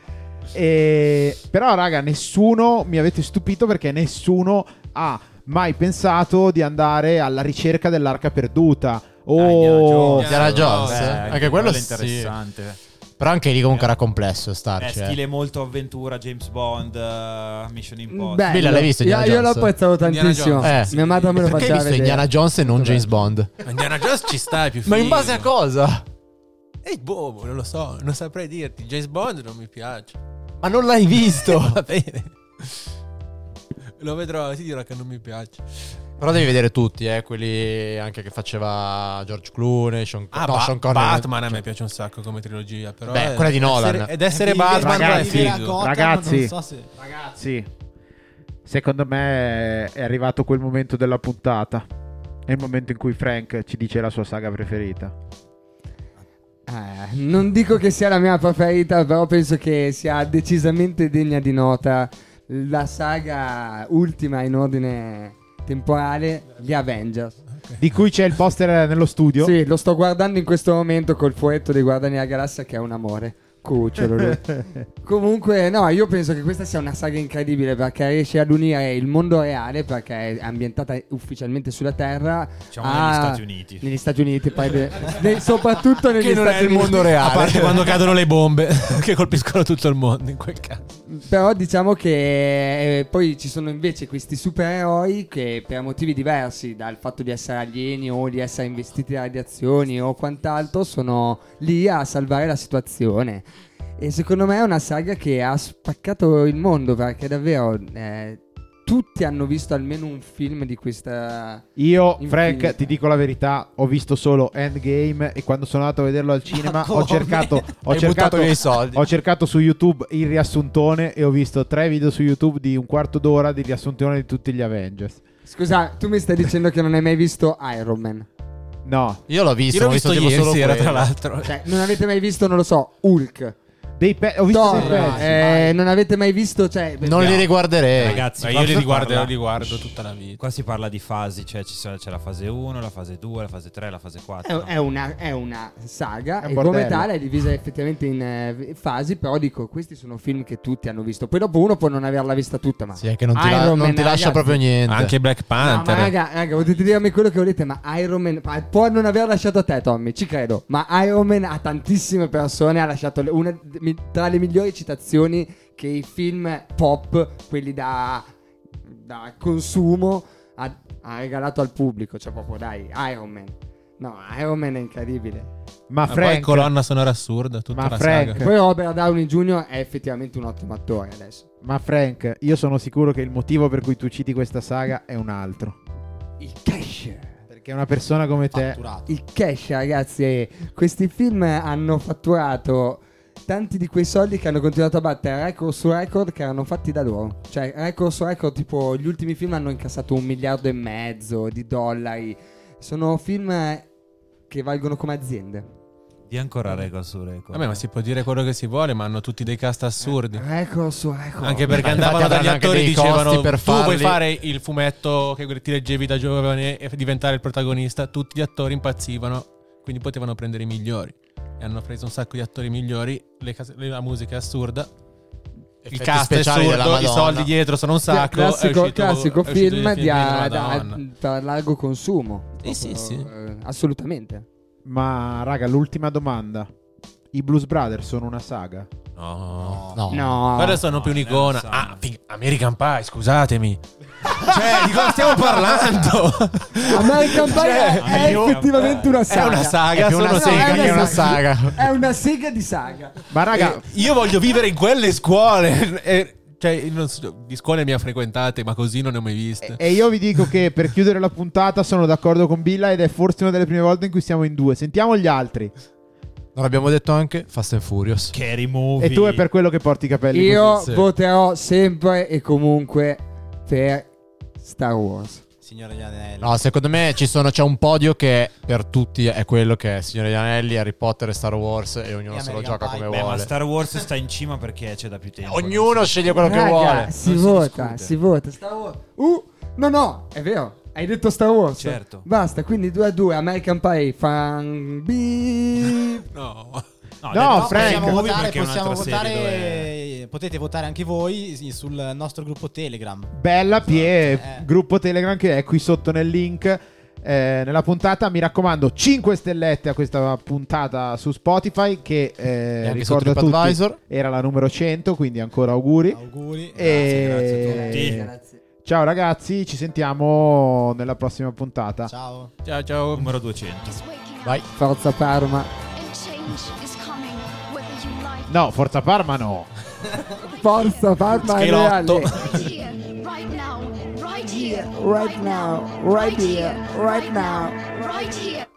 Speaker 4: E- Però, raga, nessuno mi avete stupito perché nessuno ha mai pensato di andare alla ricerca dell'arca perduta. Oh,
Speaker 2: Oh,
Speaker 4: O
Speaker 3: Jones. Indiana Jones, eh. Anche quello
Speaker 7: è
Speaker 3: sì.
Speaker 7: interessante.
Speaker 3: Però anche lì comunque era complesso
Speaker 2: Ah,
Speaker 7: È
Speaker 2: certo.
Speaker 3: starci. eh.
Speaker 7: stile molto avventura, James Bond, eh, Mission Impossible.
Speaker 6: Bello.
Speaker 3: Billa, l'hai visto
Speaker 6: Io,
Speaker 3: Indiana
Speaker 6: io l'ho
Speaker 3: Jones?
Speaker 6: apprezzato
Speaker 2: Indiana
Speaker 6: tantissimo.
Speaker 3: Jones, sì.
Speaker 6: Mia madre me lo
Speaker 3: Perché hai
Speaker 6: faceva
Speaker 3: visto
Speaker 6: vedere.
Speaker 3: Indiana Jones e non
Speaker 6: Molto
Speaker 3: James
Speaker 6: bello.
Speaker 3: Bond?
Speaker 2: Indiana Jones ci sta Ah, è più
Speaker 3: Ma in base a
Speaker 2: figo.
Speaker 3: cosa?
Speaker 2: Ehi, boh, non lo so, non saprei dirti. James Bond non mi piace.
Speaker 3: Ma non l'hai visto?
Speaker 2: Va bene. Lo vedrò, ti dirò che non mi piace.
Speaker 3: Però devi vedere tutti, eh, quelli anche che faceva George Clooney, Sean,
Speaker 2: Ah,
Speaker 3: no,
Speaker 2: Ba-
Speaker 3: Sean Connery.
Speaker 2: Batman a me piace un sacco come trilogia, però... eh.
Speaker 3: Beh,
Speaker 2: è-
Speaker 3: quella di Nolan.
Speaker 2: essere- ed essere
Speaker 1: Vivere-
Speaker 2: Batman
Speaker 4: Ragazzi,
Speaker 2: è
Speaker 1: vivere a
Speaker 2: figo.
Speaker 1: Gotham,
Speaker 4: Ragazzi.
Speaker 1: non so se-
Speaker 4: Sì. Secondo me è arrivato quel momento della puntata. È il momento in cui Frank ci dice la sua saga preferita.
Speaker 6: Ah, non dico che sia la mia preferita, però penso che sia decisamente degna di nota la saga ultima in ordine temporale, gli Avengers.
Speaker 3: Eh.
Speaker 4: Di cui c'è il poster nello studio.
Speaker 6: Sì, lo sto guardando in questo momento col furetto dei Guardiani della Galassia che è un amore. Cucciolo lui. Comunque, no, io penso che questa sia una saga incredibile perché riesce ad unire il mondo reale, perché è ambientata ufficialmente sulla Terra,
Speaker 7: Diciamo
Speaker 6: Ah.
Speaker 7: negli Stati Uniti.
Speaker 6: negli Stati Uniti, poi de- ne- soprattutto negli
Speaker 3: Che non
Speaker 6: Stati
Speaker 3: è il
Speaker 6: Uniti.
Speaker 3: mondo
Speaker 2: A
Speaker 3: reale.
Speaker 2: parte quando cadono le bombe, che colpiscono tutto il mondo in quel caso.
Speaker 6: Però diciamo che eh, poi ci sono invece questi supereroi che per motivi diversi, dal fatto di essere alieni o di essere investiti da radiazioni o quant'altro, sono lì a salvare la situazione. E secondo me è una saga che ha spaccato il mondo perché davvero eh, tutti hanno visto almeno un film di questa...
Speaker 4: Io,
Speaker 6: Infinita.
Speaker 4: Frank, ti dico la verità, ho visto solo Endgame e quando sono andato a vederlo al cinema ho
Speaker 1: come?
Speaker 4: cercato, ho
Speaker 3: Hai buttato
Speaker 4: cercato,
Speaker 3: via i soldi.
Speaker 4: ho cercato su YouTube il riassuntone e ho visto tre video su YouTube di un quarto d'ora di riassuntone di tutti gli Avengers.
Speaker 6: Scusa, tu mi stai dicendo che non hai mai visto Iron Man?
Speaker 4: No,
Speaker 3: Io l'ho visto,
Speaker 2: Io l'ho
Speaker 3: ho visto,
Speaker 2: visto
Speaker 3: tipo
Speaker 2: ieri
Speaker 3: solo
Speaker 2: sera,
Speaker 3: quello.
Speaker 2: tra l'altro.
Speaker 6: Cioè, non avete mai visto, non lo so, Hulk?
Speaker 4: dei pe- ho visto
Speaker 6: Thor,
Speaker 4: dei pezzi.
Speaker 6: eh, non avete mai visto, cioè...
Speaker 3: Non li riguarderei.
Speaker 7: Ragazzi,
Speaker 2: Ma
Speaker 7: qua
Speaker 2: io li
Speaker 7: si
Speaker 2: riguardo,
Speaker 7: parla-
Speaker 2: li riguardo tutta la vita.
Speaker 7: Qua si parla di fasi, cioè ci sono- c'è la fase 1, la fase 2, la fase 3, la fase
Speaker 6: È,
Speaker 7: 4.
Speaker 2: Eh,
Speaker 6: è una, è una saga
Speaker 4: È un
Speaker 6: e
Speaker 4: bordello.
Speaker 6: come tale è divisa effettivamente in eh, fasi, però dico, questi sono film che tutti hanno visto. Poi dopo uno può non averla vista tutta, ma...
Speaker 3: Sì, è che non ti,
Speaker 6: Iron
Speaker 3: la- non
Speaker 6: Man,
Speaker 3: ti lascia
Speaker 6: ragazzi.
Speaker 3: proprio niente.
Speaker 2: Anche Black
Speaker 6: No, ma
Speaker 2: Panther.
Speaker 6: raga, raga, potete dirmi quello che volete, ma Iron Man ma può non aver lasciato a te, Tommy, ci credo. Ma Iron Man a tantissime persone ha lasciato le- una mi- tra le migliori citazioni che i film pop, quelli da, da consumo, ha, ha regalato al pubblico. Cioè, proprio dai, Iron Man. No, Iron Man è incredibile.
Speaker 4: Ma
Speaker 2: Ma poi
Speaker 4: Frank,
Speaker 2: colonna sonora assurda, tutta
Speaker 4: Ma
Speaker 2: la
Speaker 4: Frank.
Speaker 2: saga.
Speaker 6: E poi Robert Downey Jr. è effettivamente un ottimo attore adesso.
Speaker 4: ma Frank, io sono sicuro che il motivo per cui tu citi questa saga è un altro.
Speaker 6: Il cash.
Speaker 4: Perché una persona come te...
Speaker 1: fatturato.
Speaker 6: il cash, ragazzi. eh. Questi film hanno fatturato tanti di quei soldi che hanno continuato a battere record su record che erano fatti da loro. Cioè, record su record, tipo gli ultimi film hanno incassato un miliardo e mezzo di dollari. Sono film che valgono come aziende.
Speaker 7: Di ancora record su record.
Speaker 2: Vabbè, ma si può dire quello che si vuole, ma hanno tutti dei cast assurdi.
Speaker 6: Record su record.
Speaker 2: Anche perché
Speaker 3: Eh, Infatti
Speaker 2: andavano
Speaker 3: avranno
Speaker 2: dagli
Speaker 3: anche
Speaker 2: attori e
Speaker 3: dei costi
Speaker 2: dicevano
Speaker 3: per
Speaker 2: tu vuoi
Speaker 3: farli."
Speaker 2: fare il fumetto che ti leggevi da giovane e diventare il protagonista, tutti gli attori impazzivano, quindi potevano prendere i migliori. E hanno preso un sacco di attori migliori, le cas- le- la musica è assurda.
Speaker 3: E
Speaker 2: il
Speaker 3: effetti
Speaker 2: cast è
Speaker 3: speciali della
Speaker 2: assurdo, i
Speaker 3: Madonna.
Speaker 2: soldi dietro sono un sacco. è
Speaker 6: classico,
Speaker 2: uscito-
Speaker 6: classico
Speaker 2: è uscito
Speaker 6: film
Speaker 2: il
Speaker 6: di a,
Speaker 2: della
Speaker 6: da-
Speaker 2: Madonna.
Speaker 6: da largo consumo.
Speaker 2: Sì, sì, sì.
Speaker 6: eh, assolutamente.
Speaker 4: Ma raga, l'ultima domanda. I Blues Brothers sono una saga.
Speaker 2: No.
Speaker 3: No.
Speaker 6: No,
Speaker 2: Guarda, sono più un'icona.
Speaker 7: no, no.
Speaker 2: Ah, fi- American Pie, scusatemi. cioè, di cosa stiamo parlando?
Speaker 6: American Pie
Speaker 2: Cioè,
Speaker 6: è
Speaker 7: io-
Speaker 6: effettivamente una saga.
Speaker 2: È una saga,
Speaker 3: Ah, È più
Speaker 2: sono
Speaker 3: una
Speaker 6: No,
Speaker 2: sei-
Speaker 3: saga
Speaker 6: è
Speaker 3: che
Speaker 6: una
Speaker 3: una
Speaker 6: saga.
Speaker 3: saga.
Speaker 6: È una sega di saga.
Speaker 4: Ma raga,
Speaker 2: Eh, Io voglio vivere in quelle scuole. Eh, cioè, non so, di scuole mi ha frequentate, ma così non ne ho mai viste.
Speaker 4: e io vi dico che per chiudere la puntata sono d'accordo con Billa ed è forse una delle prime volte in cui siamo in due. Sentiamo gli altri.
Speaker 3: Non abbiamo detto anche Fast and Furious.
Speaker 7: Scary movie.
Speaker 4: E tu è per quello che porti i capelli.
Speaker 6: Io
Speaker 4: così.
Speaker 6: voterò sempre e comunque per Star Wars.
Speaker 1: Signore degli Anelli.
Speaker 3: No, secondo me ci sono- c'è un podio che per tutti è quello che è Signore degli Anelli, Harry Potter e Star Wars e ognuno
Speaker 1: E
Speaker 3: se lo
Speaker 1: American
Speaker 3: gioca
Speaker 1: Pie.
Speaker 3: come
Speaker 1: Beh,
Speaker 7: Beh, ma
Speaker 3: vuole.
Speaker 7: Star Wars sta in cima perché c'è da più tempo.
Speaker 3: Ognuno sceglie quello che
Speaker 6: Raga,
Speaker 3: vuole.
Speaker 6: Si
Speaker 7: Non si
Speaker 6: vota,
Speaker 7: discute.
Speaker 6: si, vota. Star Wars. Uh, no, no, è vero. Hai detto Star Wars.
Speaker 7: Certo.
Speaker 6: Basta, quindi 2 a 2. American Pie fan. Beep.
Speaker 2: No.
Speaker 7: No,
Speaker 4: No,
Speaker 7: no
Speaker 4: Frank.
Speaker 7: Frank,
Speaker 4: Possiamo
Speaker 7: movie
Speaker 1: votare,
Speaker 7: perché è
Speaker 1: possiamo
Speaker 7: un'altra serie dove-
Speaker 1: votare, potete votare anche voi sì, sul nostro gruppo Telegram.
Speaker 4: Bella Pie,
Speaker 1: Eh.
Speaker 4: gruppo Telegram che è qui sotto nel link. eh, nella puntata, mi raccomando, 5 stellette a questa puntata su Spotify. Che eh,
Speaker 3: E anche su
Speaker 4: ricordo a tutti,
Speaker 3: TripAdvisor.
Speaker 4: era la numero 100. Quindi ancora auguri.
Speaker 1: Auguri.
Speaker 4: E-
Speaker 1: Grazie, grazie
Speaker 3: Eh.
Speaker 7: tutti.
Speaker 4: Ciao ragazzi, ci sentiamo nella prossima puntata.
Speaker 1: a tutti. Ciao.
Speaker 2: Ciao, ciao.
Speaker 7: Numero 200.
Speaker 3: Vai.
Speaker 6: Forza Parma.
Speaker 4: No, Forza Parma no.
Speaker 6: Forza Parma è
Speaker 2: Schelotto.
Speaker 6: reale.
Speaker 8: Right now, right here,
Speaker 6: Right now, right here, right now.
Speaker 8: right here.